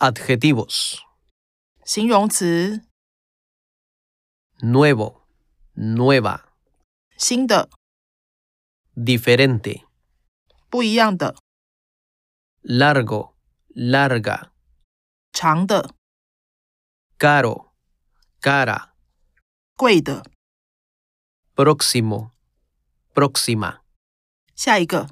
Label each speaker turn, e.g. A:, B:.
A: Adjetivos.
B: 形容词
A: Nuevo, nueva,
B: 新的、
A: diferente,
B: 不一样的、
A: largo, larga,
B: 长的、
A: caro, cara,
B: 贵的。
A: próximo, próxima.
B: 下一个